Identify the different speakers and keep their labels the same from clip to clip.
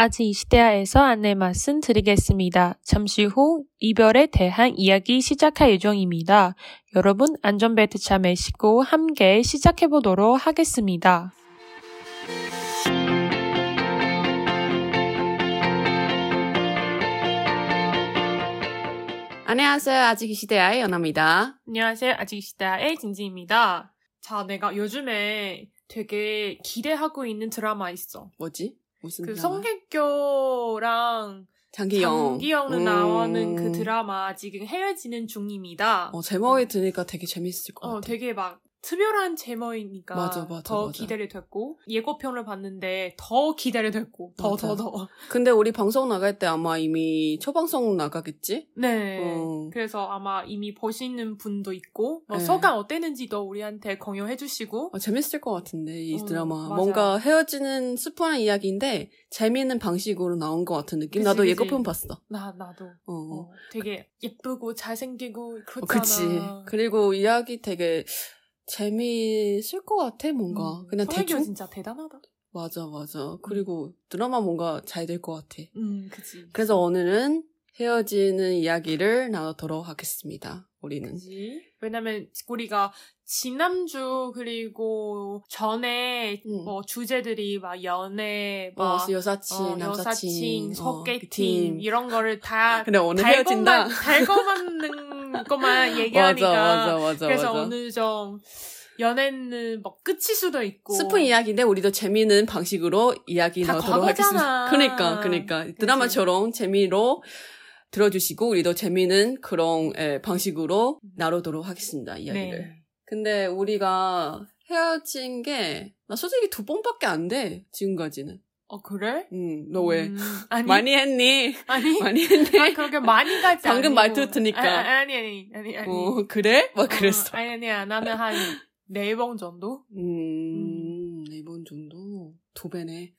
Speaker 1: 아직 이시대아에서 안내 말씀 드리겠습니다. 잠시 후 이별에 대한 이야기 시작할 예정입니다. 여러분 안전벨트 차 매시고 함께 시작해 보도록 하겠습니다.
Speaker 2: 안녕하세요. 아직 이 시대아의 연아입니다.
Speaker 1: 안녕하세요. 아직 이시대아의 진지입니다. 자, 내가 요즘에 되게 기대하고 있는 드라마 있어.
Speaker 2: 뭐지? 무슨
Speaker 1: 그
Speaker 2: 드라마?
Speaker 1: 성객교랑
Speaker 2: 장기영.
Speaker 1: 장기영
Speaker 2: 음.
Speaker 1: 나오는 그 드라마 지금 헤어지는 중입니다.
Speaker 2: 어, 제목이 드니까 되게 재밌을 것
Speaker 1: 어,
Speaker 2: 같아.
Speaker 1: 되게 막 특별한 제목이니까
Speaker 2: 맞아, 맞아,
Speaker 1: 더
Speaker 2: 맞아.
Speaker 1: 기대를 됐고 예고편을 봤는데 더 기대를 됐고 더 더
Speaker 2: 맞아.
Speaker 1: 더.
Speaker 2: 근데 우리 방송 나갈 때 아마 이미 초방송 나가겠지?
Speaker 1: 네.
Speaker 2: 어.
Speaker 1: 그래서 아마 이미 보시는 분도 있고 뭐
Speaker 2: 네.
Speaker 1: 소감 어땠는지도 우리한테 공유해 주시고
Speaker 2: 어, 재밌을 것 같은데 이
Speaker 1: 음,
Speaker 2: 드라마
Speaker 1: 맞아요.
Speaker 2: 뭔가 헤어지는 슬픈 이야기인데 재미있는 방식으로 나온 것 같은 느낌.
Speaker 1: 그치,
Speaker 2: 나도
Speaker 1: 그치.
Speaker 2: 예고편 봤어.
Speaker 1: 나 나도
Speaker 2: 어.
Speaker 1: 어, 되게 예쁘고 잘생기고
Speaker 2: 어, 그치.
Speaker 1: 그렇잖아.
Speaker 2: 그리고 이야기 되게 재미있을 것 같아 뭔가.
Speaker 1: 음,
Speaker 2: 그냥
Speaker 1: 성혜교
Speaker 2: 대충
Speaker 1: 진짜 대단하다.
Speaker 2: 맞아 맞아. 그리고 드라마 뭔가 잘 될 것 같아.
Speaker 1: 음, 그치.
Speaker 2: 그래서 오늘은 헤어지는 이야기를 나누도록 하겠습니다. 우리는
Speaker 1: 그지? 왜냐면 우리가 지난주 그리고 전에
Speaker 2: 음.
Speaker 1: 뭐 주제들이 막 연애,
Speaker 2: 어,
Speaker 1: 막
Speaker 2: 여사친,
Speaker 1: 어,
Speaker 2: 남사친,
Speaker 1: 여사친,
Speaker 2: 어, 그
Speaker 1: 소개팅
Speaker 2: 팀.
Speaker 1: 이런 거를 다
Speaker 2: 근데 오늘 헤어진다.
Speaker 1: 달고만 달고만는 것만 얘기하니까
Speaker 2: 맞아 맞아 맞아
Speaker 1: 그래서
Speaker 2: 맞아.
Speaker 1: 오늘 좀 연애는 뭐 끝일 수도 있고
Speaker 2: 스푼 이야기인데 우리도 재미있는 방식으로 이야기
Speaker 1: 다
Speaker 2: 나누도록
Speaker 1: 과거잖아.
Speaker 2: 하겠습니다. 그러니까 그러니까 드라마처럼 재미로 들어주시고 우리도 재미있는 그런 예, 방식으로 나누도록 하겠습니다. 이야기를.
Speaker 1: 네.
Speaker 2: 근데 우리가 헤어진 게 나 솔직히 두 번밖에 안 돼 지금까지는.
Speaker 1: 어 그래?
Speaker 2: 음, 너 왜?
Speaker 1: 음, 아니
Speaker 2: 많이 했니?
Speaker 1: 아니
Speaker 2: 많이 했니?
Speaker 1: 아니, 그렇게 많이 가지
Speaker 2: 방금
Speaker 1: 아니고.
Speaker 2: 말투 드니까.
Speaker 1: 아, 니 아니 아니 아니
Speaker 2: 어, 그래? 막 그랬어.
Speaker 1: 어, 아니 아니야 나는 한 네 번 정도
Speaker 2: 음, 네 번 정도? 두 배네.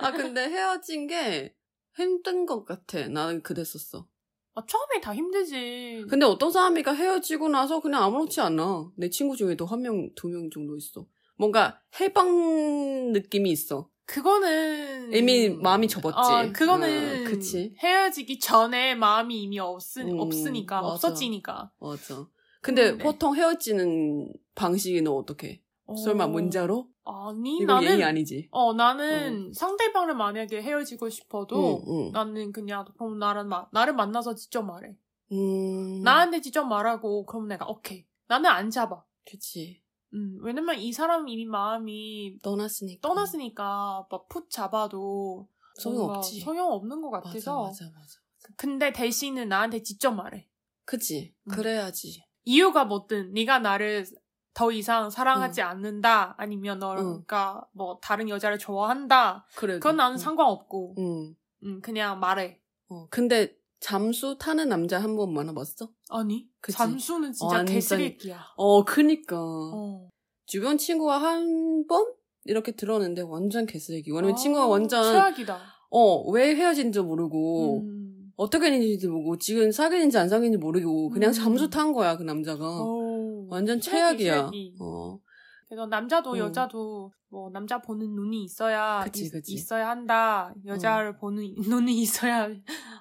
Speaker 2: 아, 근데 헤어진 게 힘든 것 같아. 나는 그랬었어.
Speaker 1: 아, 처음에 다 힘들지
Speaker 2: 근데 어떤 사람이가 헤어지고 나서 그냥 아무렇지 않아. 내 친구 중에도 한 명, 두 명 정도 있어. 뭔가 해방 느낌이 있어.
Speaker 1: 그거는
Speaker 2: 이미 마음이 접었지.
Speaker 1: 어, 그거는
Speaker 2: 어, 그치.
Speaker 1: 헤어지기 전에 마음이 이미 없으,
Speaker 2: 음,
Speaker 1: 없으니까
Speaker 2: 맞아.
Speaker 1: 없어지니까
Speaker 2: 맞아. 근데
Speaker 1: 네.
Speaker 2: 보통 헤어지는 방식이 너 어떻게?
Speaker 1: 어,
Speaker 2: 설마 문자로?
Speaker 1: 아니
Speaker 2: 이거
Speaker 1: 나는
Speaker 2: 예의 아니지.
Speaker 1: 어 나는 상대방을 만약에 헤어지고 싶어도
Speaker 2: 응, 응.
Speaker 1: 나는 그냥 그럼 나를 마, 나를 만나서 직접 말해
Speaker 2: 음,
Speaker 1: 나한테 직접 말하고 그럼 내가 오케이 나는 안 잡아
Speaker 2: 그치.
Speaker 1: 음, 왜냐면 이 사람 이미 마음이
Speaker 2: 떠났으니까.
Speaker 1: 떠났으니까 막 푹 잡아도 뭔가
Speaker 2: 소용없지.
Speaker 1: 소용없는 것 같아서
Speaker 2: 맞아, 맞아, 맞아.
Speaker 1: 근데 대신은 나한테 직접 말해
Speaker 2: 그치.
Speaker 1: 음.
Speaker 2: 그래야지.
Speaker 1: 이유가 뭐든 네가 나를 더 이상 사랑하지 않는다 아니면 너가 뭐 다른 여자를 좋아한다
Speaker 2: 그래.
Speaker 1: 그건 나는 상관없고
Speaker 2: 응.
Speaker 1: 음, 그냥 말해
Speaker 2: 어, 근데 잠수 타는 남자 한 번 만나봤어?
Speaker 1: 아니
Speaker 2: 그치.
Speaker 1: 잠수는 진짜
Speaker 2: 완전-
Speaker 1: 개쓰레기야
Speaker 2: 어, 그니까.
Speaker 1: 어.
Speaker 2: 주변 친구가 한 번? 이렇게 들었는데 완전 개쓰레기. 왜냐면
Speaker 1: 아,
Speaker 2: 친구가 완전,
Speaker 1: 최악이다
Speaker 2: 어, 왜 헤어진지 모르고,
Speaker 1: 음.
Speaker 2: 어떻게 했는지도 모르고, 지금 사귀는지 안 사귀는지 모르고, 그냥
Speaker 1: 음.
Speaker 2: 잠수 탄 거야, 그 남자가.
Speaker 1: 어우,
Speaker 2: 완전
Speaker 1: 쓰레기,
Speaker 2: 최악이야.
Speaker 1: 쓰레기.
Speaker 2: 어,
Speaker 1: 그래서 남자도
Speaker 2: 음.
Speaker 1: 여자도 뭐 남자 보는 눈이 있어야
Speaker 2: 그치,
Speaker 1: 있-
Speaker 2: 그치.
Speaker 1: 있어야 한다 여자를 보는 눈이 있어야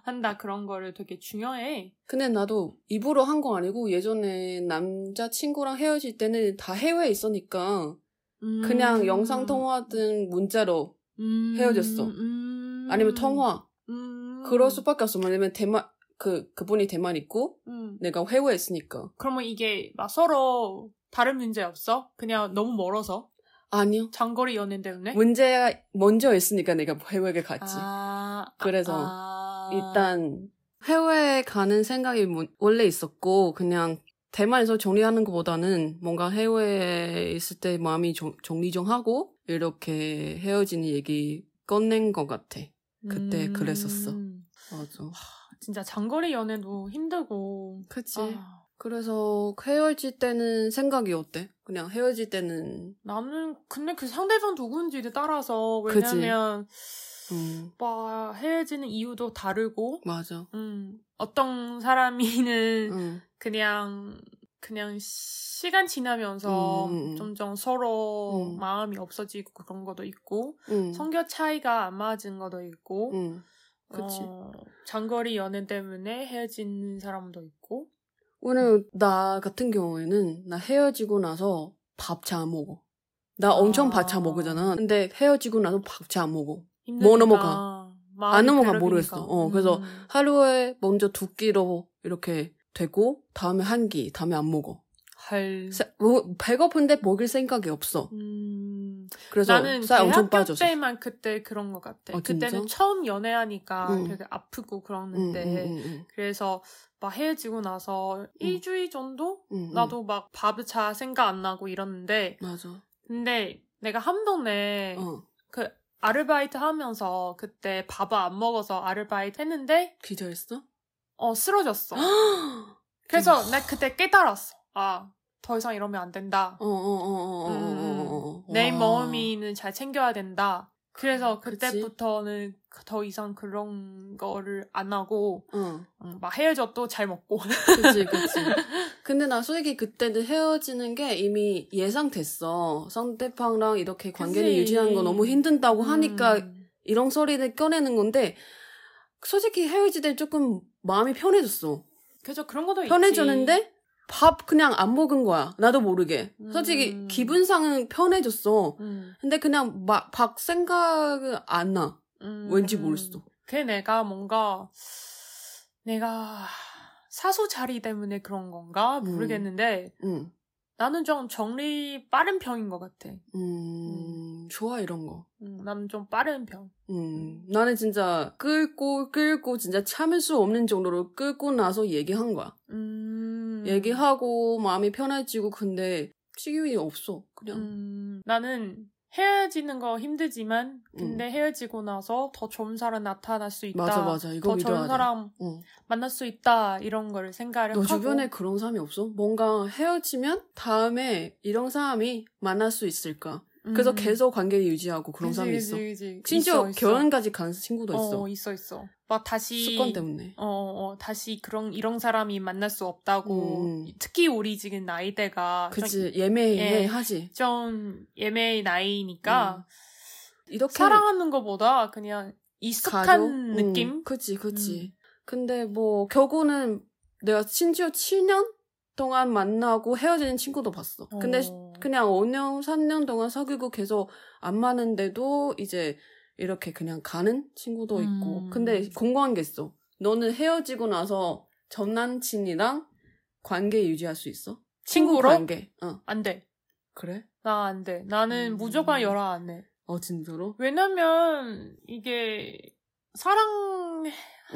Speaker 1: 한다 그런 거를 되게 중요해
Speaker 2: 근데 나도 입으로 한 거 아니고 예전에 남자 친구랑 헤어질 때는 다 해외에 있으니까
Speaker 1: 음.
Speaker 2: 그냥 영상 통화든 문자로
Speaker 1: 음,
Speaker 2: 헤어졌어.
Speaker 1: 음.
Speaker 2: 아니면 통화
Speaker 1: 음.
Speaker 2: 그럴 수밖에 없어. 왜냐면 대만 그 그분이 대만 있고
Speaker 1: 음.
Speaker 2: 내가 해외에 있으니까
Speaker 1: 그러면 이게 막 서로 다른 문제 없어? 그냥 너무 멀어서
Speaker 2: 아니요
Speaker 1: 장거리 연애 때문에
Speaker 2: 문제가 먼저 있으니까 내가 해외에 갔지.
Speaker 1: 아, 아,
Speaker 2: 그래서
Speaker 1: 아.
Speaker 2: 일단 해외에 가는 생각이 뭐- 원래 있었고 그냥 대만에서 정리하는 것보다는 뭔가 해외에 있을 때 마음이 정, 정리 좀 하고 이렇게 헤어지는 얘기 꺼낸 것 같아. 그때
Speaker 1: 음.
Speaker 2: 그랬었어. 맞아.
Speaker 1: 진짜 장거리 연애도 힘들고
Speaker 2: 그치.
Speaker 1: 아.
Speaker 2: 그래서 헤어질 때는 생각이 어때? 그냥 헤어질 때는
Speaker 1: 나는 근데 그 상대방 누군지에 따라서
Speaker 2: 그지.
Speaker 1: 왜냐면
Speaker 2: 음
Speaker 1: 막 헤어지는 이유도 다르고
Speaker 2: 맞아.
Speaker 1: 음, 어떤 사람이는
Speaker 2: 음
Speaker 1: 그냥 그냥 시간 지나면서
Speaker 2: 음, 음.
Speaker 1: 점점 서로
Speaker 2: 음.
Speaker 1: 마음이 없어지고 그런 것도 있고
Speaker 2: 음.
Speaker 1: 성격 차이가 안 맞은 것도 있고
Speaker 2: 음. 그치.
Speaker 1: 어, 장거리 연애 때문에 헤어진 사람도 있고
Speaker 2: 오늘 나 같은 경우에는 나 헤어지고 나서 밥 잘 안 먹어. 나 엄청
Speaker 1: 아.
Speaker 2: 밥 잘 먹으잖아. 근데 헤어지고 나서 밥 잘 안 먹어.
Speaker 1: 힘드니까
Speaker 2: 뭐 넘어가?
Speaker 1: 마음이
Speaker 2: 안 넘어가
Speaker 1: 괴롭히니까.
Speaker 2: 모르겠어. 어, 그래서
Speaker 1: 음.
Speaker 2: 하루에 먼저 두 끼로 이렇게 되고 다음에 한 끼, 다음에 안 먹어.
Speaker 1: 할
Speaker 2: 세- 뭐, 배고픈데 먹을 생각이 없어.
Speaker 1: 음,
Speaker 2: 그래서
Speaker 1: 나는
Speaker 2: 살
Speaker 1: 대학교
Speaker 2: 엄청 빠졌어.
Speaker 1: 때만 그때 그런 것 같아.
Speaker 2: 어, 진짜?
Speaker 1: 그때는 처음 연애하니까
Speaker 2: 음.
Speaker 1: 되게 아프고
Speaker 2: 응,
Speaker 1: 그러는데
Speaker 2: 응, 응,
Speaker 1: 그래서 막 헤어지고 나서 일주일 정도
Speaker 2: 응, 응.
Speaker 1: 음. 나도 막 밥차 생각 안 나고 이러는데
Speaker 2: 맞아.
Speaker 1: 근데 내가 함동에
Speaker 2: 어,
Speaker 1: 아르바이트 하면서 그때 밥을 안 먹어서 아르바이트 했는데
Speaker 2: 기절했어?
Speaker 1: 어 쓰러졌어. 그래서 나 그때 깨달았어. 아 더 이상 이러면 안 된다.
Speaker 2: 어, 어, 어, 어, 어, 어, 어, 어.
Speaker 1: 음, 내
Speaker 2: 와. 아,
Speaker 1: 몸이는 잘 챙겨야 된다. 그래서
Speaker 2: 그치.
Speaker 1: 그때부터는 더 이상 그런 거를 안 하고
Speaker 2: 어.
Speaker 1: 음, 막 헤어져도 잘 먹고.
Speaker 2: 그치, 그치. 근데 나 솔직히 그때는 헤어지는 게 이미 예상됐어. 상대방랑 이렇게 관계를
Speaker 1: 그치.
Speaker 2: 유지하는 거 너무 힘든다고 하니까
Speaker 1: 음,
Speaker 2: 이런 소리를 꺼내는 건데, 솔직히 헤어질 때 조금 마음이 편해졌어.
Speaker 1: 그래서 그런 것도 있지.
Speaker 2: 편해졌는데, 밥 그냥 안 먹은 거야. 나도 모르게. 솔직히
Speaker 1: 음.
Speaker 2: 기분상은 편해졌어.
Speaker 1: 음,
Speaker 2: 근데 그냥 막, 박 생각은 안 나.
Speaker 1: 음.
Speaker 2: 왠지 모르겠어.
Speaker 1: 그 내가 뭔가 내가 사소자리 때문에 그런 건가
Speaker 2: 음.
Speaker 1: 모르겠는데
Speaker 2: 응.
Speaker 1: 나는 좀 정리 빠른 편인 것 같아.
Speaker 2: 음, 좋아, 이런 거.
Speaker 1: 음, 나는 좀 빠른 편.
Speaker 2: 음, 나는 진짜 끌고 끌고 진짜 참을 수 없는 정도로 끌고 나서 얘기한 거야.
Speaker 1: 음.
Speaker 2: 얘기하고 마음이 편해지고 근데 식유이 없어. 그냥
Speaker 1: 음, 나는 헤어지는 거 힘들지만 근데 헤어지고 나서 더 좋은 사람 나타날 수 있다.
Speaker 2: 음. 맞아 맞아 이거
Speaker 1: 더
Speaker 2: 믿어야
Speaker 1: 좋은
Speaker 2: 돼.
Speaker 1: 사람
Speaker 2: 어.
Speaker 1: 만날 수 있다 이런 걸 생각을
Speaker 2: 너
Speaker 1: 하고
Speaker 2: 주변에 그런 사람이 없어? 뭔가 헤어지면 다음에 이런 사람이 만날 수 있을까? 그래서
Speaker 1: 음.
Speaker 2: 계속 관계를 유지하고 그런
Speaker 1: 그치,
Speaker 2: 사람이
Speaker 1: 그치,
Speaker 2: 있어.
Speaker 1: 그치.
Speaker 2: 심지어
Speaker 1: 있어, 있어.
Speaker 2: 결혼까지 간 친구도 있어.
Speaker 1: 어, 있어 있어. 막 다시
Speaker 2: 습관 때문에.
Speaker 1: 어, 어, 다시 그런 이런 사람이 만날 수 없다고.
Speaker 2: 음.
Speaker 1: 특히 우리 지금 아, 나이대가 좀-
Speaker 2: 그치 예매해
Speaker 1: 예.
Speaker 2: 하지. 음.
Speaker 1: 좀 예매의 나이니까
Speaker 2: 이렇게
Speaker 1: 사랑하는 것보다 그냥
Speaker 2: 가족?
Speaker 1: 익숙한
Speaker 2: 음,
Speaker 1: 느낌. 음.
Speaker 2: 그치, 그치. 근데 뭐, 결국은 내가 심지어 7년 동안 만나고 헤어지는 친구도 봤어. 근데
Speaker 1: 어.
Speaker 2: 그냥 5년, 3년 동안 사귀고 계속 안 맞는데도 이제 이렇게 그냥 가는 친구도 있고.
Speaker 1: 음.
Speaker 2: 근데 궁금한 게 있어. 너는 헤어지고 나서 전 남친이랑 관계 유지할 수 있어?
Speaker 1: 친구로?
Speaker 2: 관계. 어.
Speaker 1: 안 돼.
Speaker 2: 그래?
Speaker 1: 나 안 돼. 나는
Speaker 2: 음.
Speaker 1: 무조건 열아 안 해.
Speaker 2: 어, 진짜로?
Speaker 1: 왜냐면 이게 사랑했으니까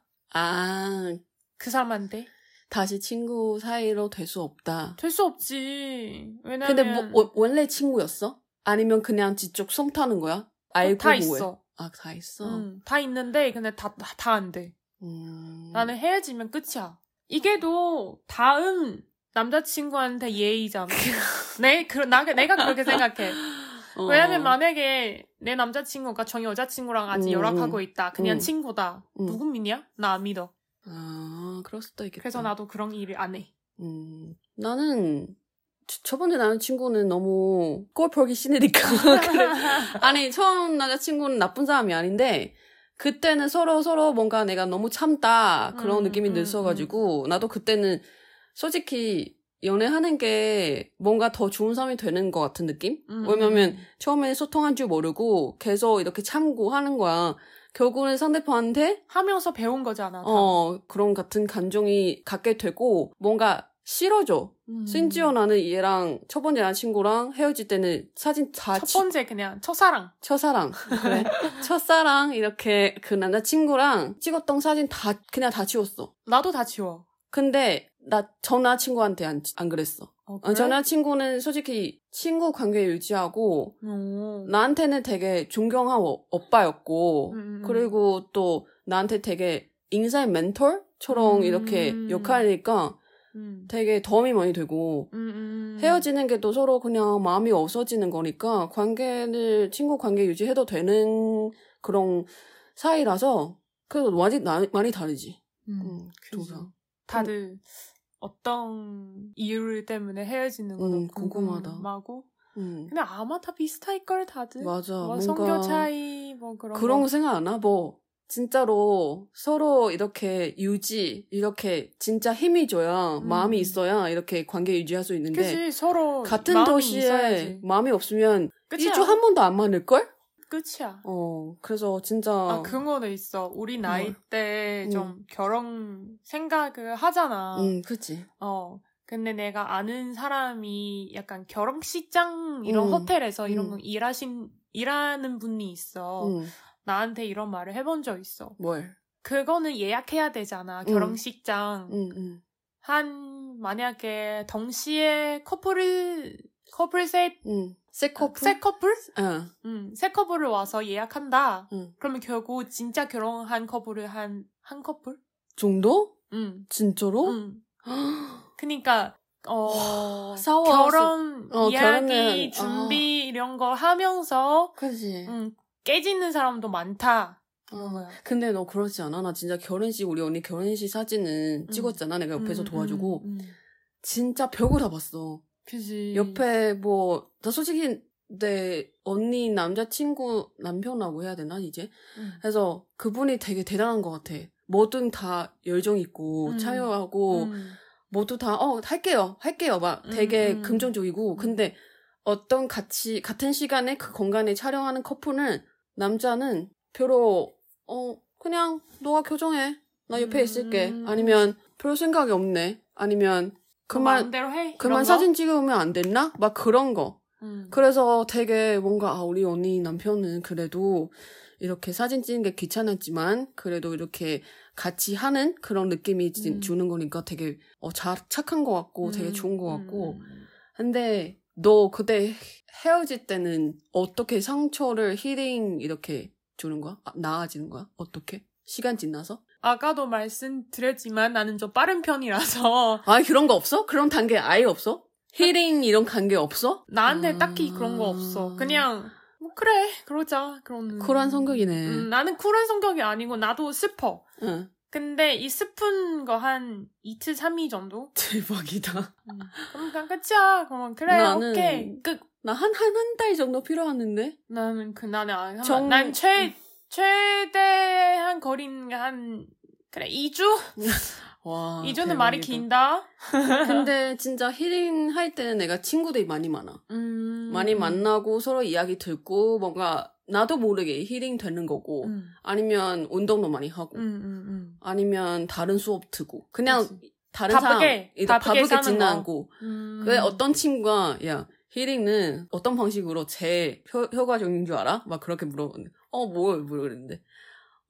Speaker 2: 음. 아,
Speaker 1: 그 사람한테
Speaker 2: 다시 친구 사이로 될 수 없다.
Speaker 1: 될 수 없지. 왜냐면
Speaker 2: 근데 뭐 원- 원래 친구였어? 아니면 그냥 지쪽 성 타는 거야? 알고
Speaker 1: 어, 다
Speaker 2: 뭐해?
Speaker 1: 있어. 음.
Speaker 2: 아, 다 있어.
Speaker 1: 응, 다 있는데 근데 다 다 안 돼.
Speaker 2: 음.
Speaker 1: 나는 헤어지면 끝이야. 이게도 다음 남자친구한테 예의잖아. 내, 그, 나, 내가 그렇게 생각해.
Speaker 2: 어.
Speaker 1: 왜냐면 만약에 내 남자친구가 정 여자친구랑 아직
Speaker 2: 음,
Speaker 1: 연락하고
Speaker 2: 음.
Speaker 1: 있다. 그냥
Speaker 2: 음.
Speaker 1: 친구다.
Speaker 2: 음.
Speaker 1: 누구 믿냐? 나 안 믿어.
Speaker 2: 아, 그럴 수도 있겠다.
Speaker 1: 그래서 나도 그런 일을 안 해.
Speaker 2: 음, 나는 저- 저번에 나는 친구는 너무 꼴 보기 싫으니까 그래. 아니 처음 남자친구는 나쁜 사람이 아닌데 그때는 서로 서로 뭔가 내가 너무 참다 그런
Speaker 1: 음,
Speaker 2: 느낌이
Speaker 1: 음,
Speaker 2: 들어가지고 나도 그때는 솔직히 연애하는 게 뭔가 더 좋은 사람이 되는 것 같은 느낌?
Speaker 1: 음,
Speaker 2: 왜냐면
Speaker 1: 음.
Speaker 2: 처음에 소통한 줄 모르고 계속 이렇게 참고 하는 거야. 결국은 상대방한테
Speaker 1: 하면서 배운 거잖아. 다.
Speaker 2: 어 그런 같은 감정이 갖게 되고 뭔가 싫어져.
Speaker 1: 음.
Speaker 2: 심지어 나는 얘랑 첫 번째 남친구랑 헤어질 때는 사진 다
Speaker 1: 첫
Speaker 2: 지-
Speaker 1: 번째 그냥 첫사랑.
Speaker 2: 첫사랑 그래 첫사랑 이렇게 그 남자친구랑 찍었던 사진 다 그냥 다 지웠어.
Speaker 1: 나도 다 지워.
Speaker 2: 근데 나 전 남자친구한테 안, 지- 안 그랬어.
Speaker 1: 어,
Speaker 2: 어, 전 남자친구는 솔직히 친구 관계 유지하고
Speaker 1: 오.
Speaker 2: 나한테는 되게 존경한 어, 오- 오빠였고
Speaker 1: 음, 음, 음.
Speaker 2: 그리고 또 나한테 되게 인사의 멘토처럼
Speaker 1: 음.
Speaker 2: 이렇게 역할이니까
Speaker 1: 음.
Speaker 2: 되게 도움이 많이 되고
Speaker 1: 음, 음.
Speaker 2: 헤어지는 게 또 서로 그냥 마음이 없어지는 거니까 관계를 친구 관계 유지해도 되는 그런 사이라서 그래서 많이 나- 많이 다르지.
Speaker 1: 음.
Speaker 2: 음,
Speaker 1: 그지.
Speaker 2: 조상.
Speaker 1: 다들 어떤 이유 때문에 헤어지는
Speaker 2: 음,
Speaker 1: 건
Speaker 2: 궁금하다.
Speaker 1: 궁금하고
Speaker 2: 음.
Speaker 1: 근데 아마 다 비슷할 걸 다들
Speaker 2: 맞아.
Speaker 1: 뭐
Speaker 2: 뭔가
Speaker 1: 성격 차이 뭐 그런
Speaker 2: 그런
Speaker 1: 거.
Speaker 2: 거 생각 안 하고 뭐 진짜로 서로 이렇게 유지 이렇게 진짜 힘이 줘야
Speaker 1: 음.
Speaker 2: 마음이 있어야 이렇게 관계 유지할 수 있는데
Speaker 1: 그치 서로
Speaker 2: 같은
Speaker 1: 마음이
Speaker 2: 도시에
Speaker 1: 있어야지.
Speaker 2: 마음이 없으면
Speaker 1: 끝이야.
Speaker 2: 일주 한 번도 안 만날 걸?
Speaker 1: 끝이야.
Speaker 2: 어 뭐. 그래서 진짜
Speaker 1: 아 그거는 있어. 우리 나이
Speaker 2: 뭘.
Speaker 1: 때 좀 결혼 생각을 하잖아.
Speaker 2: 음 그렇지
Speaker 1: 어. 근데 내가 아는 사람이 약간 결혼식장 이런
Speaker 2: 음.
Speaker 1: 호텔에서 이런
Speaker 2: 음.
Speaker 1: 거 일하신 일하는 분이 있어.
Speaker 2: 음,
Speaker 1: 나한테 이런 말을 해본 적 있어.
Speaker 2: 뭘?
Speaker 1: 그거는 예약해야 되잖아. 결혼식장
Speaker 2: 음, 음.
Speaker 1: 한 만약에 동시에 커플을 커플 세,
Speaker 2: 음. 새 커플?
Speaker 1: 세 커플?
Speaker 2: 응.
Speaker 1: 음, 세 커플을 와서 예약한다.
Speaker 2: 응.
Speaker 1: 그러면 결국 진짜 결혼한 커플을 한 한 커플?
Speaker 2: 정도?
Speaker 1: 음.
Speaker 2: 진짜로?
Speaker 1: 음. 그니까 어
Speaker 2: 싸워.
Speaker 1: 결혼
Speaker 2: 어, 결혼은-
Speaker 1: 이야기 준비 이런 거 하면서
Speaker 2: 그지.
Speaker 1: 음, 깨지는 사람도 많다. 이런
Speaker 2: 네. 어.
Speaker 1: 거야.
Speaker 2: 근데 너 그렇지 않아? 나 진짜 결혼식 우리 언니 결혼식 사진은
Speaker 1: 음.
Speaker 2: 찍었잖아. 내가 옆에서
Speaker 1: 음,
Speaker 2: 도와주고
Speaker 1: 음, 음.
Speaker 2: 진짜 벽을 다 봤어.
Speaker 1: 그지.
Speaker 2: 옆에 뭐 나 솔직히 내 언니 남자친구 남편이라고 해야 되나 이제?
Speaker 1: 음.
Speaker 2: 그래서 그분이 되게 대단한 것 같아. 뭐든 다 열정 있고
Speaker 1: 음.
Speaker 2: 참여하고
Speaker 1: 음.
Speaker 2: 모두 다, 어, 할게요, 할게요. 막
Speaker 1: 음,
Speaker 2: 되게
Speaker 1: 음.
Speaker 2: 긍정적이고. 근데 어떤 같이, 같은 시간에 그 공간에 촬영하는 커플은 남자는 별로, 어, 그냥 너가 교정해. 나 옆에
Speaker 1: 음.
Speaker 2: 있을게. 아니면 별 생각이 없네. 아니면 그만,
Speaker 1: 마음대로 해. 이런
Speaker 2: 그만
Speaker 1: 거?
Speaker 2: 사진 찍으면 안 됐나? 막 그런 거.
Speaker 1: 음.
Speaker 2: 그래서 되게 뭔가, 아, 우리 언니 남편은 그래도 이렇게 사진 찍는 게 귀찮았지만, 그래도 이렇게 같이 하는 그런 느낌이 지-
Speaker 1: 음.
Speaker 2: 주는 거니까 되게, 어, 자, 착한 것 같고, 되게
Speaker 1: 음,
Speaker 2: 좋은 것
Speaker 1: 음,
Speaker 2: 같고.
Speaker 1: 음.
Speaker 2: 근데, 너 그때 헤어질 때는 어떻게 상처를 힐링 이렇게 주는 거야? 아, 나아지는 거야? 어떻게? 시간 지나서?
Speaker 1: 아까도 말씀드렸지만 나는 좀 빠른 편이라서
Speaker 2: 아, 그런 거 없어? 그런 단계 아예 없어? 힐링 이런 관계 없어?
Speaker 1: 나한테
Speaker 2: 아.
Speaker 1: 딱히 그런 거 없어. 그냥 뭐 그래 그러자 그런.
Speaker 2: 쿨한 성격이네.
Speaker 1: 음, 나는 쿨한 성격이 아니고 나도 슬퍼.
Speaker 2: 응.
Speaker 1: 근데 이 슬픈 거 한 이틀 삼일 정도?
Speaker 2: 대박이다.
Speaker 1: 음, 그럼 그냥 끝이야. 그럼 그래
Speaker 2: 나는-
Speaker 1: 오케이 끝.
Speaker 2: 나 한, 한, 한 달 정도 필요하는데?
Speaker 1: 나는 그 나는 아,
Speaker 2: 정- 음.
Speaker 1: 난최 최대한 거리는 한 그래 2주?
Speaker 2: 와.
Speaker 1: 이 2주는 말이
Speaker 2: 대박이다.
Speaker 1: 긴다.
Speaker 2: 근데 진짜 힐링 할 때는 내가 친구들이 많이 많아.
Speaker 1: 음.
Speaker 2: 많이 만나고 서로 이야기 듣고 뭔가 나도 모르게 힐링 되는 거고
Speaker 1: 음.
Speaker 2: 아니면 운동도 많이 하고
Speaker 1: 음, 음,
Speaker 2: 아니면 다른 수업 듣고 그냥
Speaker 1: 그치.
Speaker 2: 다른
Speaker 1: 바쁘게,
Speaker 2: 사람
Speaker 1: 바쁘게
Speaker 2: 바쁘게
Speaker 1: 사는
Speaker 2: 지나고
Speaker 1: 음. 음.
Speaker 2: 근데 어떤 친구가 야 힐링은 어떤 방식으로 제일 효- 효과적인 줄 알아? 막 그렇게 물어보는데 어뭘 물어보는데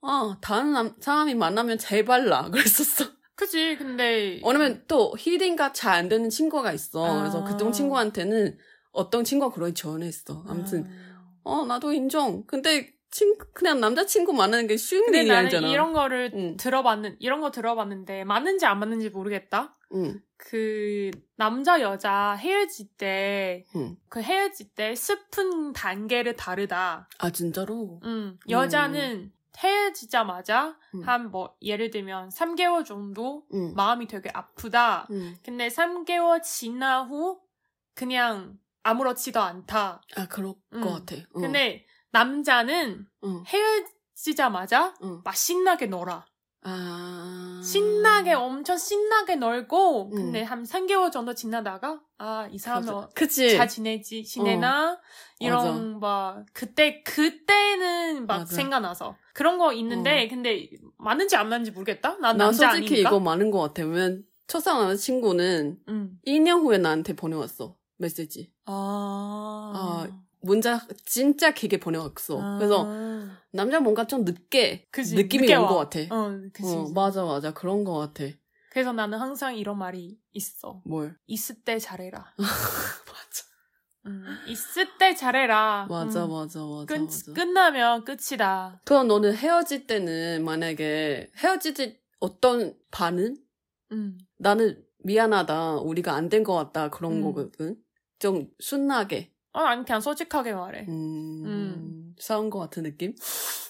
Speaker 2: 아 다른 남- 사람이 만나면 제발 나 그랬었어.
Speaker 1: 그지 근데
Speaker 2: 왜냐면 또 힐링과 잘 안 되는 친구가 있어.
Speaker 1: 아.
Speaker 2: 그래서 그동 친구한테는 어떤 친구가 그런 전했어. 아무튼 어 나도 인정. 근데 친 그냥 남자친구 만나는 게 쉬운
Speaker 1: 근데
Speaker 2: 일이
Speaker 1: 나는
Speaker 2: 아니잖아. 음.
Speaker 1: 이런 거를
Speaker 2: 응,
Speaker 1: 들어봤는 이런 거 들어봤는데 맞는지 안 맞는지 모르겠다.
Speaker 2: 응,
Speaker 1: 그 남자 여자 헤어질 때 그
Speaker 2: 응.
Speaker 1: 헤어질 때 슬픈 단계를 다르다.
Speaker 2: 아 진짜로?
Speaker 1: 음, 여자는 헤어지자마자
Speaker 2: 음.
Speaker 1: 한 뭐 예를 들면 3개월 정도
Speaker 2: 응,
Speaker 1: 마음이 되게 아프다.
Speaker 2: 응.
Speaker 1: 근데 3개월 지나 후 그냥 아무렇지도 않다.
Speaker 2: 아 그럴
Speaker 1: 음.
Speaker 2: 것 같아. 어. 응,
Speaker 1: 근데 남자는
Speaker 2: 응,
Speaker 1: 헤어지자마자
Speaker 2: 응.
Speaker 1: 막 신나게 놀아.
Speaker 2: 아
Speaker 1: 신나게 엄청 신나게 놀고
Speaker 2: 음.
Speaker 1: 근데 한 3개월 정도 지나다가 아 이 사람은 어-
Speaker 2: 그치.
Speaker 1: 잘 지내지 지내나
Speaker 2: 어.
Speaker 1: 이런 막 그때 그때는 막
Speaker 2: 맞아.
Speaker 1: 생각나서 그런 거 있는데 근데 맞는지 안 맞는지 모르겠다. 난
Speaker 2: 나
Speaker 1: 남자
Speaker 2: 솔직히
Speaker 1: 아니니까.
Speaker 2: 이거 많은 것 같아. 왜냐면 첫사랑 남자친구는
Speaker 1: 음.
Speaker 2: 2년 후에 나한테 보내왔어 메시지.
Speaker 1: 아.
Speaker 2: 문자 진짜 길게 보내왔어. 그래서 남자 뭔가 좀 늦게
Speaker 1: 그지,
Speaker 2: 느낌이
Speaker 1: 늦게
Speaker 2: 온
Speaker 1: 와.
Speaker 2: 것 같아.
Speaker 1: 어, 그치.
Speaker 2: 어, 맞아 맞아 그런 것 같아.
Speaker 1: 그래서 나는 항상 이런 말이 있어.
Speaker 2: 뭘?
Speaker 1: 있을 때 잘해라.
Speaker 2: 맞아
Speaker 1: 음, 있을 때 잘해라.
Speaker 2: 맞아
Speaker 1: 음,
Speaker 2: 맞아 맞아.
Speaker 1: 끝
Speaker 2: 맞아.
Speaker 1: 끝나면 끝이다.
Speaker 2: 그럼 너는 헤어질 때는 만약에 헤어질 때 어떤 반응?
Speaker 1: 음.
Speaker 2: 나는 미안하다 우리가 안 된 것 같다 그런
Speaker 1: 음.
Speaker 2: 거거든. 좀 순하게.
Speaker 1: 어, 아니 그냥 솔직하게 말해.
Speaker 2: 음,
Speaker 1: 음.
Speaker 2: 싸운 것 같은 느낌?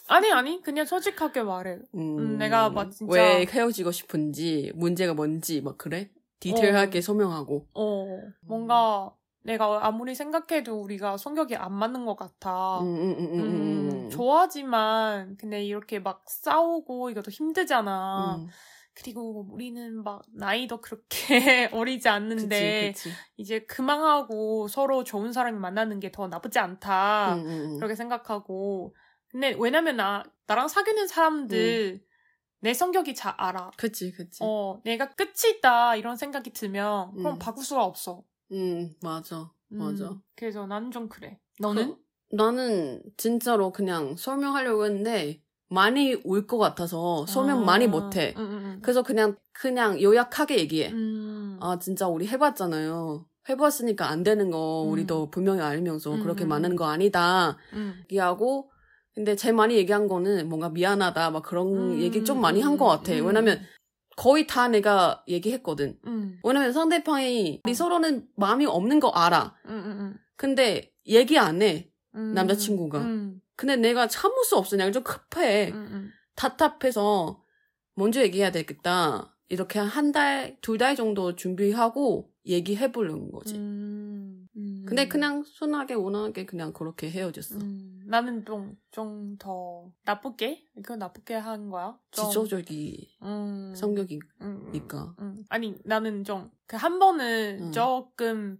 Speaker 1: 아니 아니 그냥 솔직하게 말해.
Speaker 2: 음,
Speaker 1: 음, 내가 막 진짜-
Speaker 2: 왜 헤어지고 싶은지 문제가 뭔지 막 그래? 디테일하게 설명하고.
Speaker 1: 어, 뭔가 내가 아무리 생각해도 우리가 성격이 안 맞는 것 같아.
Speaker 2: 음, 음, 음, 음, 음,
Speaker 1: 음, 좋아하지만 근데 이렇게 막 싸우고 이것도 힘들잖아.
Speaker 2: 음.
Speaker 1: 그리고 우리는 막 나이도 그렇게 어리지 않는데
Speaker 2: 그치, 그치.
Speaker 1: 이제 그만하고 서로 좋은 사람이 만나는 게 더 나쁘지 않다.
Speaker 2: 음, 음, 음.
Speaker 1: 그렇게 생각하고 근데 왜냐면 나 나랑 사귀는 사람들 내 성격이 잘 알아.
Speaker 2: 음. 그치, 그치.
Speaker 1: 어, 내가 끝이 있다 이런 생각이 들면 그럼
Speaker 2: 음.
Speaker 1: 바꿀 수가 없어.
Speaker 2: 음, 맞아.
Speaker 1: 음,
Speaker 2: 맞아.
Speaker 1: 그래서 나는 좀 그래. 너는?
Speaker 2: 나는 진짜로 그냥 설명하려고 했는데 많이 울 것 같아서 설명
Speaker 1: 아.
Speaker 2: 많이 못해.
Speaker 1: 음, 음, 음.
Speaker 2: 그래서 그냥 그냥 요약하게 얘기해.
Speaker 1: 음.
Speaker 2: 아 진짜 우리 해봤잖아요. 해봤으니까 안 되는 거
Speaker 1: 음.
Speaker 2: 우리도 분명히 알면서
Speaker 1: 음,
Speaker 2: 그렇게
Speaker 1: 음,
Speaker 2: 많은
Speaker 1: 음.
Speaker 2: 거 아니다
Speaker 1: 음.
Speaker 2: 얘기하고 근데 제일 많이 얘기한 거는 뭔가 미안하다 막 그런
Speaker 1: 음,
Speaker 2: 얘기 좀 많이 한 것 같아.
Speaker 1: 음.
Speaker 2: 왜냐면 거의 다 내가 얘기했거든.
Speaker 1: 음.
Speaker 2: 왜냐면 상대방이 우리 서로는 마음이 없는 거 알아.
Speaker 1: 음, 음,
Speaker 2: 근데 얘기 안 해.
Speaker 1: 음.
Speaker 2: 남자친구가. 네.
Speaker 1: 음,
Speaker 2: 근데 내가 참을 수 없어. 그냥 좀 급해.
Speaker 1: 음, 음.
Speaker 2: 답답해서 먼저 얘기해야 되겠다. 이렇게 한 달, 두 달 정도 준비하고 얘기해 보려는 거지.
Speaker 1: 음, 음.
Speaker 2: 근데 그냥 순하게, 온화하게 그냥 그렇게 헤어졌어.
Speaker 1: 음, 나는 좀좀더 나쁘게 그건 나쁘게 한 거야. 좀,
Speaker 2: 지조적이
Speaker 1: 음,
Speaker 2: 성격이니까.
Speaker 1: 음, 음, 음. 아니 나는 좀 그 한 번은
Speaker 2: 음.
Speaker 1: 조금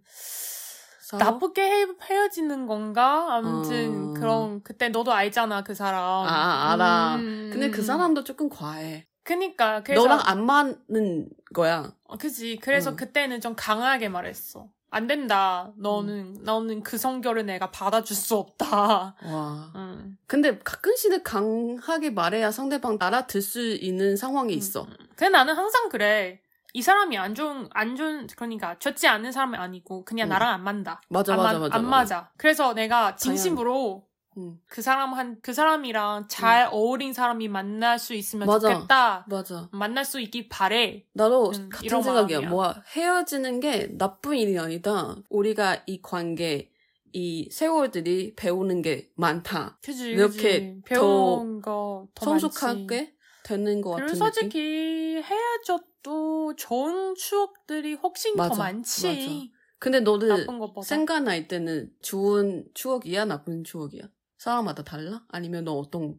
Speaker 2: 싸워?
Speaker 1: 나쁘게 헤, 헤어지는 건가? 아무튼
Speaker 2: 어.
Speaker 1: 그런 그때 너도 알잖아 그 사람.
Speaker 2: 아, 알아.
Speaker 1: 음,
Speaker 2: 근데 그
Speaker 1: 음.
Speaker 2: 사람도 조금 과해.
Speaker 1: 그니까 그래서
Speaker 2: 너랑 아 음. 안 맞는 거야.
Speaker 1: 어, 그지. 그래서
Speaker 2: 응.
Speaker 1: 그때는 좀 강하게 말했어. 안 된다. 너는
Speaker 2: 음.
Speaker 1: 너는 그 성결을 내가 받아줄 수 없다.
Speaker 2: 와.
Speaker 1: 음.
Speaker 2: 근데 가끔씩은 강하게 말해야 상대방 알아들 수 있는
Speaker 1: 음.
Speaker 2: 상황이 있어.
Speaker 1: 근데 나는 항상 그래. 이 사람이 안 좋은 안 좋은 그러니까 좋지 않은 사람이 아니고 그냥
Speaker 2: 응.
Speaker 1: 나랑 안 맞다.
Speaker 2: 맞아,
Speaker 1: 안,
Speaker 2: 맞아,
Speaker 1: 맞-
Speaker 2: 맞아.
Speaker 1: 안 맞아. 그래서 내가 진심으로
Speaker 2: 응.
Speaker 1: 그 사람 한 그 사람이랑 잘 어울린 사람이 만날 수 있으면
Speaker 2: 맞아.
Speaker 1: 좋겠다.
Speaker 2: 맞아.
Speaker 1: 만날 수 있길 바래.
Speaker 2: 나도
Speaker 1: 음,
Speaker 2: 같은
Speaker 1: 이런
Speaker 2: 생각이야.
Speaker 1: 마음이야.
Speaker 2: 뭐야 헤어지는 게 나쁜 일이 아니다. 우리가 이 관계, 이 세월들이 배우는 게 많다.
Speaker 1: 그지.
Speaker 2: 이렇게
Speaker 1: 그지. 배운 거더
Speaker 2: 성숙하게 되는 것 같은
Speaker 1: 그리고
Speaker 2: 느낌.
Speaker 1: 솔직히 헤어져도 좋은 추억들이 훨씬 더
Speaker 2: 맞아,
Speaker 1: 많지.
Speaker 2: 근데 너는
Speaker 1: 나쁜 것보다.
Speaker 2: 생각날 때는 좋은 추억이야, 나쁜 추억이야? 사람마다 달라? 아니면 너 어떤?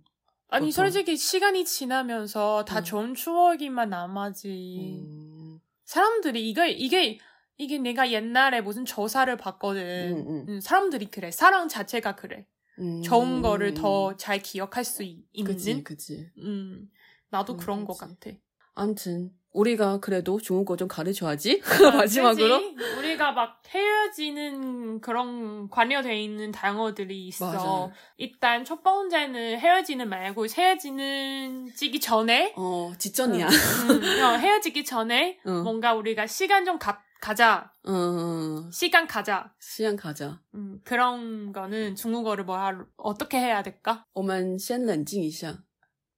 Speaker 1: 아니
Speaker 2: 보통.
Speaker 1: 솔직히 시간이 지나면서 다
Speaker 2: 음.
Speaker 1: 좋은 추억이만 남아지.
Speaker 2: 음,
Speaker 1: 사람들이 이게 이게 이게 내가 옛날에 무슨 조사를 봤거든.
Speaker 2: 음, 음,
Speaker 1: 음, 사람들이 그래. 사랑 자체가 그래.
Speaker 2: 음.
Speaker 1: 좋은 거를 더 잘 기억할 수 있- 있는.
Speaker 2: 그지, 그지.
Speaker 1: 음, 나도
Speaker 2: 음,
Speaker 1: 그런 것
Speaker 2: 그치.
Speaker 1: 같아.
Speaker 2: 아무튼 우리가 그래도 좋은 거 좀 가르쳐야지.
Speaker 1: 아,
Speaker 2: 마지막으로.
Speaker 1: 그지? 우리가 막 헤어지는 그런 관여돼 있는 단어들이 있어.
Speaker 2: 맞아.
Speaker 1: 일단 첫 번째는 헤어지는 말고 헤어지는 지기 전에
Speaker 2: 어, 지전이야.
Speaker 1: 음, 어, 헤어지기 전에
Speaker 2: 응.
Speaker 1: 뭔가 우리가 시간 좀 가, 가자
Speaker 2: 어, 어,
Speaker 1: 시간 가자
Speaker 2: 시안 가자.
Speaker 1: 음, 그런 거는 중국어를 뭐 하- 어떻게 해야 될까?
Speaker 2: 我们先冷静一下，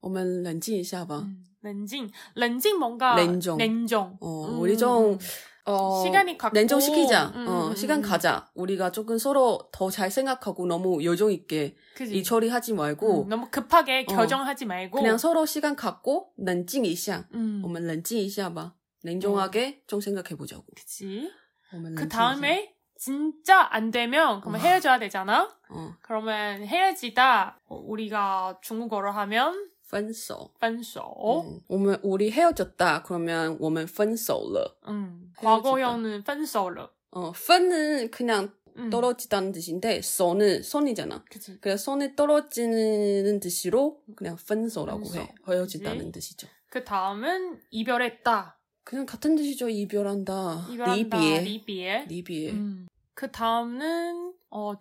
Speaker 2: 我们冷静一下吧。
Speaker 1: 음, 렌징 렌징 뭔가
Speaker 2: 렌종.
Speaker 1: 렌종.
Speaker 2: 어,
Speaker 1: 음,
Speaker 2: 우리 좀 어,
Speaker 1: 시간이 갖고
Speaker 2: 냉정시키자.
Speaker 1: 음,
Speaker 2: 어,
Speaker 1: 음, 음,
Speaker 2: 시간
Speaker 1: 음.
Speaker 2: 가자. 우리가 조금 서로 더 잘 생각하고 너무 요정 있게
Speaker 1: 그지?
Speaker 2: 이 처리하지 말고
Speaker 1: 음, 너무 급하게
Speaker 2: 어,
Speaker 1: 결정하지 말고
Speaker 2: 그냥 서로 시간 갖고 냉정 一下.
Speaker 1: 음,
Speaker 2: 我们 냉정 一下吧. 냉정하게 좀 생각해 보자고.
Speaker 1: 그치.
Speaker 2: 我们
Speaker 1: 그
Speaker 2: 冷静一下.
Speaker 1: 다음에 진짜 안 되면 그러면
Speaker 2: 어.
Speaker 1: 헤어져야 되잖아.
Speaker 2: 어,
Speaker 1: 그러면 헤어지다 어, 우리가 중국어로 하면
Speaker 2: 分手.
Speaker 1: 分手.
Speaker 2: 음, 我们 우리 헤어졌다. 그러면 我们分手了.
Speaker 1: 음.
Speaker 2: 헤어지다.
Speaker 1: 과거형은 分手了.
Speaker 2: 어, 分은 그냥
Speaker 1: 음.
Speaker 2: 떨어지다는 뜻인데 手는 손이잖아.
Speaker 1: 그치.
Speaker 2: 그래서 손에 떨어지는 뜻으로 그냥 펀서라고
Speaker 1: 펀서.
Speaker 2: 해. 헤어지다는 뜻이죠.
Speaker 1: 그 다음은 이별했다.
Speaker 2: 그냥 같은 뜻이죠. 이별한다.
Speaker 1: 이별한다.
Speaker 2: 리비에.
Speaker 1: 리비에.
Speaker 2: 리비에.
Speaker 1: 음. 그 다음은 어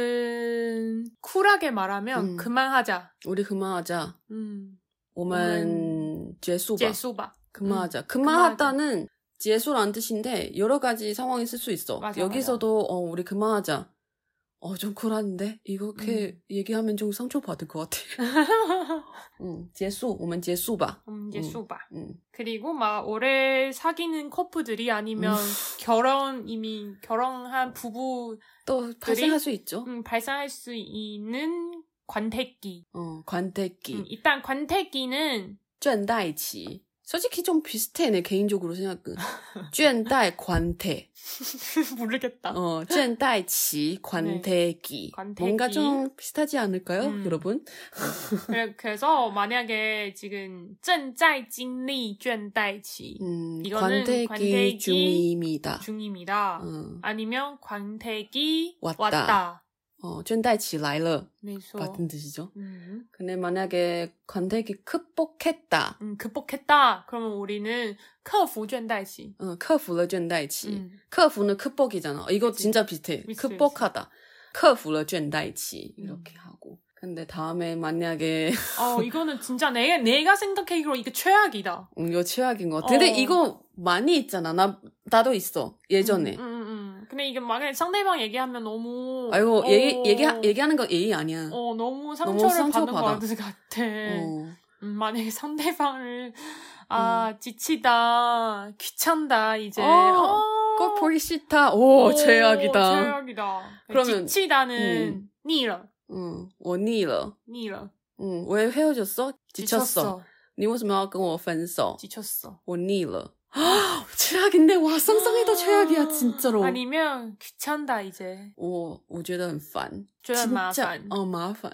Speaker 1: 조금 쿨하게 말하면
Speaker 2: 음.
Speaker 1: 그만하자.
Speaker 2: 우리 그만하자.
Speaker 1: 음.
Speaker 2: 我们结束吧.
Speaker 1: 재수봐. 음.
Speaker 2: 그만하자. 그만하다는 재수라는 뜻인데 여러 가지 상황이 쓸 수 있어.
Speaker 1: 맞아,
Speaker 2: 여기서도 어, 우리 그만하자. 어, 좀 쿨한데? 이렇게
Speaker 1: 음.
Speaker 2: 얘기하면 좀 상처받을 것 같아. 음, 结束,我们结束吧.
Speaker 1: 음, 재수봐.
Speaker 2: 음.
Speaker 1: 그리고 막 오래 사귀는 커플들이 아니면
Speaker 2: 음.
Speaker 1: 결혼 이미 결혼한 부부
Speaker 2: 또 발생할 수 있죠.
Speaker 1: 음, 발생할 수 있는 관태기.
Speaker 2: 어, 관태기.
Speaker 1: 음, 일단 관태기는
Speaker 2: 正代期 솔직히 좀 비슷해 내 개인적으로 생각은. 倦怠 관태,
Speaker 1: 모르겠다.
Speaker 2: 어, 倦怠期 관태기.
Speaker 1: 아. 네, 관태기.
Speaker 2: 뭔가 좀 비슷하지 않을까요,
Speaker 1: 음.
Speaker 2: 여러분?
Speaker 1: 그래- 그래서 만약에 지금 正在经历倦怠期
Speaker 2: 음,
Speaker 1: 이거는
Speaker 2: 관태기,
Speaker 1: 관태기
Speaker 2: 중입니다.
Speaker 1: 중입니다.
Speaker 2: 어,
Speaker 1: 아니면 광택이
Speaker 2: 왔다.
Speaker 1: 왔다.
Speaker 2: 어, 倦怠期来了
Speaker 1: 그래서
Speaker 2: 같은 뜻이죠.
Speaker 1: 음,
Speaker 2: 근데 만약에 관태기 극복했다.
Speaker 1: 음, 극복했다. 그러면 우리는 克服倦怠期.
Speaker 2: 어, 克服了倦怠期.
Speaker 1: 음,
Speaker 2: 克服는 극복이잖아. 이거
Speaker 1: 그치.
Speaker 2: 진짜 비슷해.
Speaker 1: 비슷해,
Speaker 2: 극복하다. 克服了倦怠期
Speaker 1: 음.
Speaker 2: 이렇게 하고. 근데 다음에 만약에
Speaker 1: 어 이거는 진짜 내 내가 생각하기로 이게 최악이다.
Speaker 2: 음, 이거 최악인 것 같아. 근데
Speaker 1: 어.
Speaker 2: 이거 많이 있잖아. 나 나도 있어. 예전에.
Speaker 1: 음, 음, 음. 근데 이게 만약에 상대방 얘기하면 너무
Speaker 2: 아이고
Speaker 1: 어,
Speaker 2: 얘기 얘기 얘기하는 건 예의 아니야. 어. 네.
Speaker 1: 어 너무
Speaker 2: 너무
Speaker 1: 상처를 받는
Speaker 2: 상처받아. 어.
Speaker 1: 것 같을 것 같아. 음, 만약에 상대방을 아 지치다 귀찮다 이제
Speaker 2: 음. 어,
Speaker 1: 어,
Speaker 2: 꼭 보기 싫다. 오, 최악이다.
Speaker 1: 최악이다.
Speaker 2: 그러면-
Speaker 1: 지치다는 니러
Speaker 2: 음, 我腻了.
Speaker 1: 니러
Speaker 2: 음, 왜 헤어졌어? 지쳤어. 你为什么要跟我分手?
Speaker 1: 지쳤어.
Speaker 2: 我腻了. 최악인데 와 상상해도 최악이야 진짜로.
Speaker 1: 아니면 귀찮다 이제.
Speaker 2: 我我觉得很烦，
Speaker 1: 진짜.
Speaker 2: 어 마판.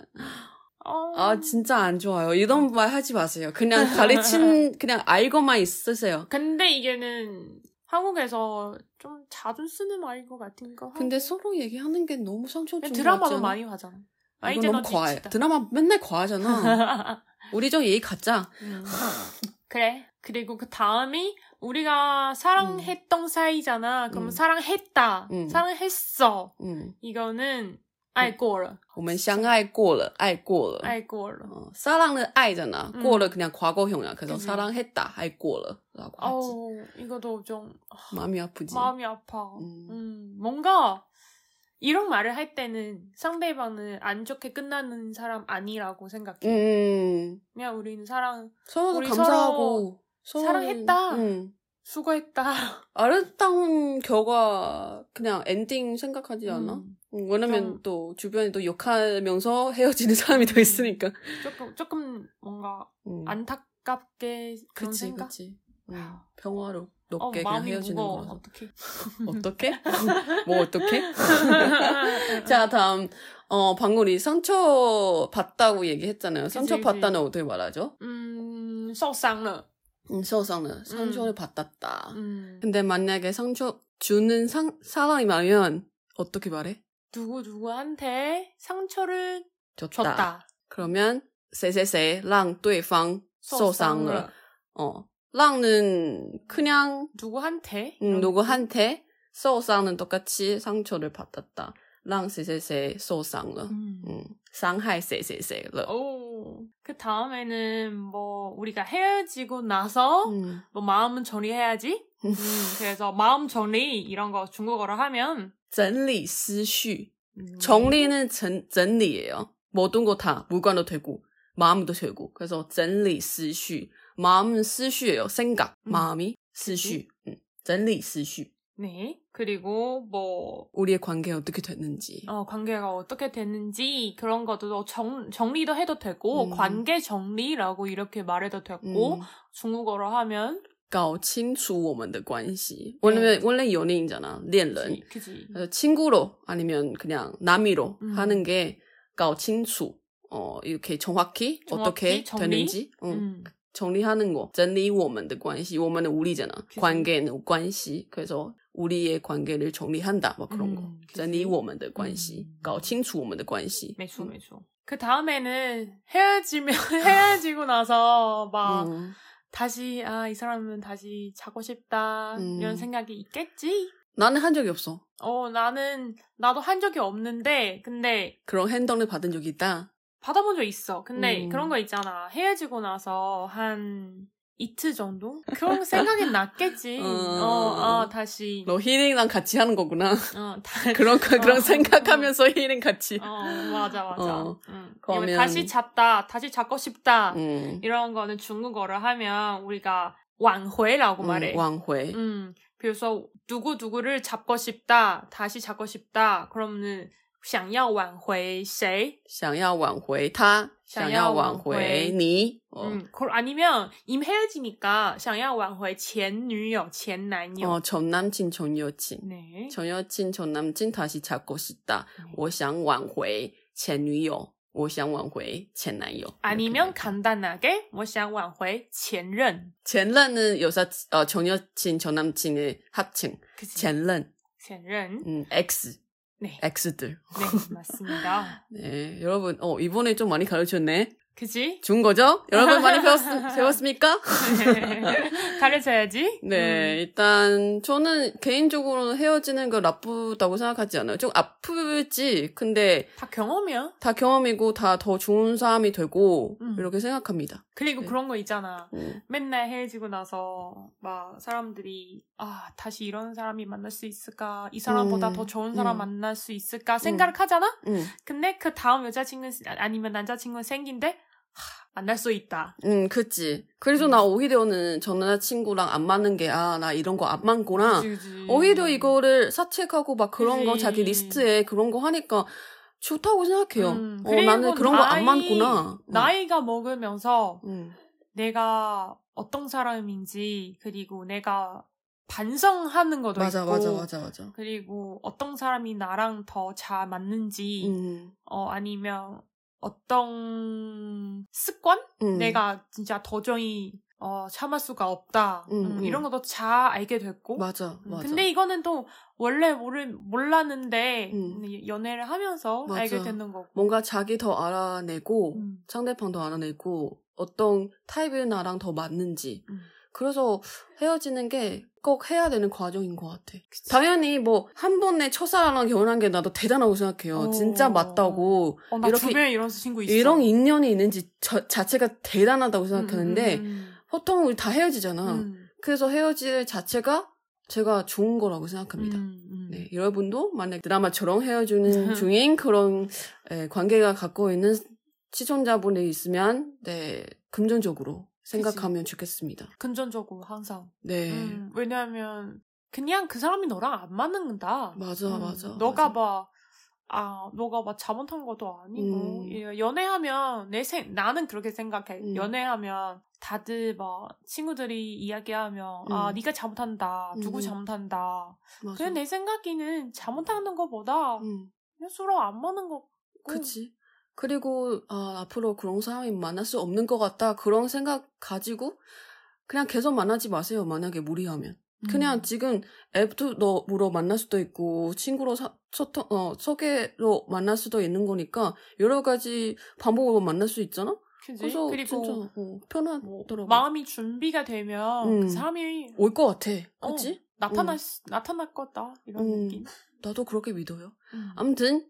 Speaker 1: 어.
Speaker 2: 아 진짜 안 좋아요. 이런 말 하지 마세요. 그냥 가르친 그냥 알고만 있으세요.
Speaker 1: 근데 이게는 한국에서 좀 자주 쓰는 말인 것 같은가.
Speaker 2: 근데 서로 얘기하는 게 너무 상처 주는
Speaker 1: 드라마도 많이 하잖아. 아
Speaker 2: 이거
Speaker 1: 이제 너
Speaker 2: 너무 과해.
Speaker 1: 지치다.
Speaker 2: 드라마 맨날 과하잖아. 우리 좀 예의 갖자.
Speaker 1: 음. 그래. 그리고 그 다음이 우리가 사랑했던 사이잖아. 그럼
Speaker 2: 음.
Speaker 1: 사랑했다.
Speaker 2: 음.
Speaker 1: 사랑했어.
Speaker 2: 음, 어.
Speaker 1: 이거는 알고를.
Speaker 2: 我们相爱过了，爱过了.
Speaker 1: 알고를.
Speaker 2: 어, 사랑은 아이잖아.
Speaker 1: 음.
Speaker 2: 꼬를 그냥 과거형이야. 그래서
Speaker 1: 그지.
Speaker 2: 사랑했다, 아이꼬를라고 하지.
Speaker 1: 어우, 이거도 좀
Speaker 2: 마음이 아프지.
Speaker 1: 마음이 아파.
Speaker 2: 음.
Speaker 1: 음. 뭔가 이런 말을 할 때는 상대방을 안 좋게 끝나는 사람 아니라고 생각해.
Speaker 2: 음,
Speaker 1: 그냥 우리는 사랑,
Speaker 2: 서로도
Speaker 1: 우리
Speaker 2: 감사하고 서로는-
Speaker 1: 사랑했다.
Speaker 2: 음.
Speaker 1: 수고했다.
Speaker 2: 아름다운 결과 그냥 엔딩 생각하지 않아?
Speaker 1: 음,
Speaker 2: 음, 왜냐면
Speaker 1: 좀-
Speaker 2: 또 주변에 또 욕하면서 헤어지는 사람이
Speaker 1: 음.
Speaker 2: 더 있으니까.
Speaker 1: 조금, 조금 뭔가
Speaker 2: 음.
Speaker 1: 안타깝게 그런
Speaker 2: 그치,
Speaker 1: 생각? 어,
Speaker 2: 그치. 음, 평화롭게 그냥
Speaker 1: 마음이
Speaker 2: 헤어지는 음.
Speaker 1: 무거워.
Speaker 2: 거라서.
Speaker 1: 어떡해.
Speaker 2: 어떻게? 뭐 어떻게? 자 다음 어 방금 우리 상처 받다고 얘기했잖아요. 상처
Speaker 1: 그치.
Speaker 2: 받다는 어떻게 말하죠?
Speaker 1: 음, 受伤了.
Speaker 2: 음, 서상은 상처를 받았다.
Speaker 1: 음.
Speaker 2: 근데 만약에 상처 주는 상, 사람이면 어떻게 말해?
Speaker 1: 누구 누구한테 상처를
Speaker 2: 줬다.
Speaker 1: 줬다.
Speaker 2: 그러면 세세세랑 对方
Speaker 1: 受伤了.
Speaker 2: 서상을 어 랑은 그냥
Speaker 1: 누구한테?
Speaker 2: 음, 누구한테 서상은 똑같이 상처를 받았다. 랑 세세세 서상을
Speaker 1: 음.
Speaker 2: 음, 상하이 세세세를
Speaker 1: 오. 그 다음에는 뭐 우리가 헤어지고 나서
Speaker 2: 음.
Speaker 1: 뭐 마음은 정리해야지. 음, 그래서 마음 정리 이런 거 중국어로 하면
Speaker 2: 整理思绪
Speaker 1: 음,
Speaker 2: 정리는 전, 정리예요. 모든 거 다 물건도 되고 마음도 되고 그래서 整理思绪 마음은 思绪예요. 생각,
Speaker 1: 음.
Speaker 2: 마음이 思绪. 음, 整理思绪.
Speaker 1: 네. 그리고 뭐
Speaker 2: 우리의 관계 어떻게 됐는지.
Speaker 1: 어, 관계가 어떻게 됐는지 그런 것도 정, 정리도 해도 되고
Speaker 2: 음.
Speaker 1: 관계 정리라고 이렇게 말해도 되고 중국어로 하면
Speaker 2: 搞清楚我们的关系. 원래 원래 연예인잖아. 恋人.
Speaker 1: 네. 그지, 그지.
Speaker 2: 그래서 친구로 아니면 그냥 남이로
Speaker 1: 음.
Speaker 2: 하는 게 搞清楚. 어, 이렇게 정확히,
Speaker 1: 정확히
Speaker 2: 어떻게
Speaker 1: 정리?
Speaker 2: 되는지. 응.
Speaker 1: 음.
Speaker 2: 정리하는 거, 整理我们的关系,我们은 우리잖아.
Speaker 1: 그치.
Speaker 2: 관계는 관시. 그래서 우리의 관계를 정리한다. 뭐 그런 거.
Speaker 1: 음, 그치.
Speaker 2: 整理我们的关系,
Speaker 1: 음.
Speaker 2: 搞清楚我们的关系.
Speaker 1: 매초 매초. 그 다음에는 헤어지면
Speaker 2: 아.
Speaker 1: 헤어지고 나서 막
Speaker 2: 음.
Speaker 1: 다시 아 이 사람은 다시 자고 싶다
Speaker 2: 음.
Speaker 1: 이런 생각이 있겠지.
Speaker 2: 나는 한 적이 없어.
Speaker 1: 어 나는 나도 한 적이 없는데 근데
Speaker 2: 그런 행동을 받은 적이 있다.
Speaker 1: 받아본 적 있어. 근데
Speaker 2: 음.
Speaker 1: 그런 거 있잖아. 헤어지고 나서 한 이틀 정도 그런 생각이 났겠지.
Speaker 2: 어.
Speaker 1: 어, 아, 다시
Speaker 2: 너 힐링랑 같이 하는 거구나.
Speaker 1: 어, 다,
Speaker 2: 그런 거, 그런
Speaker 1: 어.
Speaker 2: 생각하면서 힐링 같이.
Speaker 1: 어 맞아 맞아.
Speaker 2: 어.
Speaker 1: 응.
Speaker 2: 그러면-
Speaker 1: 다시 잤다. 다시 자고 싶다.
Speaker 2: 음.
Speaker 1: 이런 거는 중국어로 하면 우리가 완회라고 말해.
Speaker 2: 음, 왕회.
Speaker 1: 음, 그래서 누구 누구를 잡고 싶다, 다시 잡고 싶다. 그러면은 想要挽回谁？
Speaker 2: 想要挽回他,
Speaker 1: 想要挽回
Speaker 2: 想要挽回你. 어,
Speaker 1: 음, 그- 아니면 이미 헤어지니까 想要挽回 전女友, 전男友.
Speaker 2: 어, 전 남친, 전 여친.
Speaker 1: 네.
Speaker 2: 전 여친, 전 남친 다시 찾고 싶다.
Speaker 1: 네.
Speaker 2: 我想挽回前女友.我想挽回前男友.
Speaker 1: 아니면 간단하게 뭐我想挽回前任.
Speaker 2: 젠런은 여사 어, 전 여친, 전 남친의 합칭.
Speaker 1: 그치?
Speaker 2: 젠런.
Speaker 1: 前任.
Speaker 2: 음, X.
Speaker 1: 네.
Speaker 2: X들.
Speaker 1: 네, 맞습니다.
Speaker 2: 네, 여러분, 어, 이번에 좀 많이 가르쳤네.
Speaker 1: 그지?
Speaker 2: 준 거죠? 여러분 많이 배웠, 배웠습니까?
Speaker 1: 가르쳐야지. 음.
Speaker 2: 네, 일단 저는 개인적으로는 헤어지는 거 나쁘다고 생각하지 않아요. 좀 아프지. 근데
Speaker 1: 음, 다 경험이야.
Speaker 2: 다 경험이고 다 더 좋은 사람이 되고
Speaker 1: 음.
Speaker 2: 이렇게 생각합니다.
Speaker 1: 그리고
Speaker 2: 네.
Speaker 1: 그런 거 있잖아.
Speaker 2: 음.
Speaker 1: 맨날 헤어지고 나서 막 사람들이 아 다시 이런 사람이 만날 수 있을까 이 사람보다
Speaker 2: 음,
Speaker 1: 더 좋은 사람
Speaker 2: 음.
Speaker 1: 만날 수 있을까 생각하잖아
Speaker 2: 음,
Speaker 1: 근데 그 다음 여자친구 아니면 남자친구 생긴데 하, 만날 수 있다
Speaker 2: 음, 그치. 그래서 나 오히려는 전 남자친구랑 안 맞는 게, 아, 나 이런 거 안 맞구나.
Speaker 1: 그지, 그지.
Speaker 2: 아, 오히려 이거를 사책하고 막 그런 거
Speaker 1: 그지.
Speaker 2: 자기 리스트에 그런 거 하니까 좋다고 생각해요.
Speaker 1: 음,
Speaker 2: 어,
Speaker 1: 그리고
Speaker 2: 나는 그런 거 안
Speaker 1: 나이-
Speaker 2: 맞구나.
Speaker 1: 나이가 먹으면서
Speaker 2: 음.
Speaker 1: 내가 어떤 사람인지 그리고 내가 반성하는 것도
Speaker 2: 맞아,
Speaker 1: 있고
Speaker 2: 맞아, 맞아, 맞아.
Speaker 1: 그리고 어떤 사람이 나랑 더 잘 맞는지
Speaker 2: 음,
Speaker 1: 어, 아니면 어떤 습관?
Speaker 2: 음.
Speaker 1: 내가 진짜 도저히 어, 참을 수가 없다.
Speaker 2: 음,
Speaker 1: 음,
Speaker 2: 음.
Speaker 1: 이런 것도 잘 알게 됐고.
Speaker 2: 맞아,
Speaker 1: 음,
Speaker 2: 맞아.
Speaker 1: 근데 이거는 또 원래 모르, 몰랐는데
Speaker 2: 음.
Speaker 1: 음, 연애를 하면서
Speaker 2: 맞아.
Speaker 1: 알게 되는 거고.
Speaker 2: 뭔가 자기 더 알아내고
Speaker 1: 음,
Speaker 2: 상대방 더 알아내고 어떤 타입이 나랑 더 맞는지
Speaker 1: 음.
Speaker 2: 그래서 헤어지는 게 꼭 해야 되는 과정인 것 같아.
Speaker 1: 그치.
Speaker 2: 당연히 뭐 한 번에 첫사랑이랑 결혼한 게 나도 대단하고 생각해요.
Speaker 1: 어.
Speaker 2: 진짜 맞다고
Speaker 1: 어, 나
Speaker 2: 이렇게-
Speaker 1: 주변에 이런 친구 있어.
Speaker 2: 이런 인연이 있는지 저- 자체가
Speaker 1: 음,
Speaker 2: 대단하다고
Speaker 1: 음,
Speaker 2: 생각하는데
Speaker 1: 음,
Speaker 2: 보통 우리 다 헤어지잖아.
Speaker 1: 음,
Speaker 2: 그래서 헤어질 자체가 제가 좋은 거라고 생각합니다.
Speaker 1: 음, 음.
Speaker 2: 네, 여러분도 만약 드라마처럼 헤어지는 중인 그런 에, 관계가 갖고 있는 시청자분이 있으면 네, 긍정적으로 생각하면 좋겠습니다.
Speaker 1: 금전적으로 항상.
Speaker 2: 네.
Speaker 1: 음, 왜냐하면 그냥 그 사람이 너랑 안 맞는다.
Speaker 2: 맞아,
Speaker 1: 음,
Speaker 2: 맞아.
Speaker 1: 너가
Speaker 2: 맞아.
Speaker 1: 막, 아, 너가 막 잘못한 것도 아니고,
Speaker 2: 음.
Speaker 1: 예, 연애하면, 내 생, 나는 그렇게 생각해.
Speaker 2: 음.
Speaker 1: 연애하면, 다들 막, 친구들이 이야기하면,
Speaker 2: 음.
Speaker 1: 아, 네가 잘못한다. 누구
Speaker 2: 음.
Speaker 1: 잘못한다.
Speaker 2: 맞아.
Speaker 1: 근데 내 생각에는 잘못하는 것보다,
Speaker 2: 음,
Speaker 1: 그냥 서로 안 맞는 거.
Speaker 2: 그치. 그리고 아, 앞으로 그런 사람이 만날 수 없는 것 같다. 그런 생각 가지고 그냥 계속 만나지 마세요. 만약에 무리하면.
Speaker 1: 음.
Speaker 2: 그냥 지금 앱도 너로 만날 수도 있고 친구로 사, 소통 어 소개로 만날 수도 있는 거니까 여러 가지 방법으로 만날 수 있잖아. 그래서
Speaker 1: 리고뭐
Speaker 2: 진짜 어, 편하더라고.
Speaker 1: 마음이 준비가 되면,
Speaker 2: 음.
Speaker 1: 그 사람이
Speaker 2: 올 것 같아.
Speaker 1: 어.
Speaker 2: 그치?
Speaker 1: 나타날, 수- 나타날 거다. 이런
Speaker 2: 음.
Speaker 1: 느낌.
Speaker 2: 나도 그렇게 믿어요.
Speaker 1: 음.
Speaker 2: 아무튼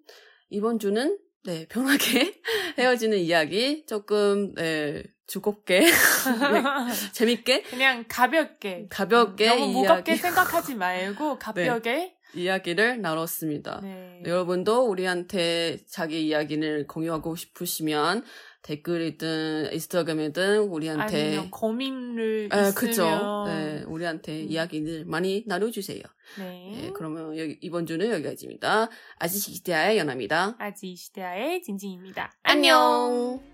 Speaker 2: 이번 주는 네 편하게 헤어지는 이야기 조금 네, 즐겁게 재밌게
Speaker 1: 그냥 가볍게
Speaker 2: 가볍게 네.
Speaker 1: 너무 무겁게
Speaker 2: 이야기-
Speaker 1: 생각하지 말고 가볍게
Speaker 2: 이야기를 나눴습니다.
Speaker 1: 네.
Speaker 2: 여러분도 우리한테 자기 이야기를 공유하고 싶으시면 댓글이든 인스타그램이든 우리한테
Speaker 1: 아니면 고민을
Speaker 2: 아,
Speaker 1: 있으면
Speaker 2: 그죠. 네, 우리한테
Speaker 1: 음.
Speaker 2: 이야기를 많이 나눠주세요.
Speaker 1: 네.
Speaker 2: 네, 그러면 여기- 이번 주는 여기까지입니다. 아시시기대아의 연합니다.
Speaker 1: 아지 시대아의 진진입니다.
Speaker 2: 안녕.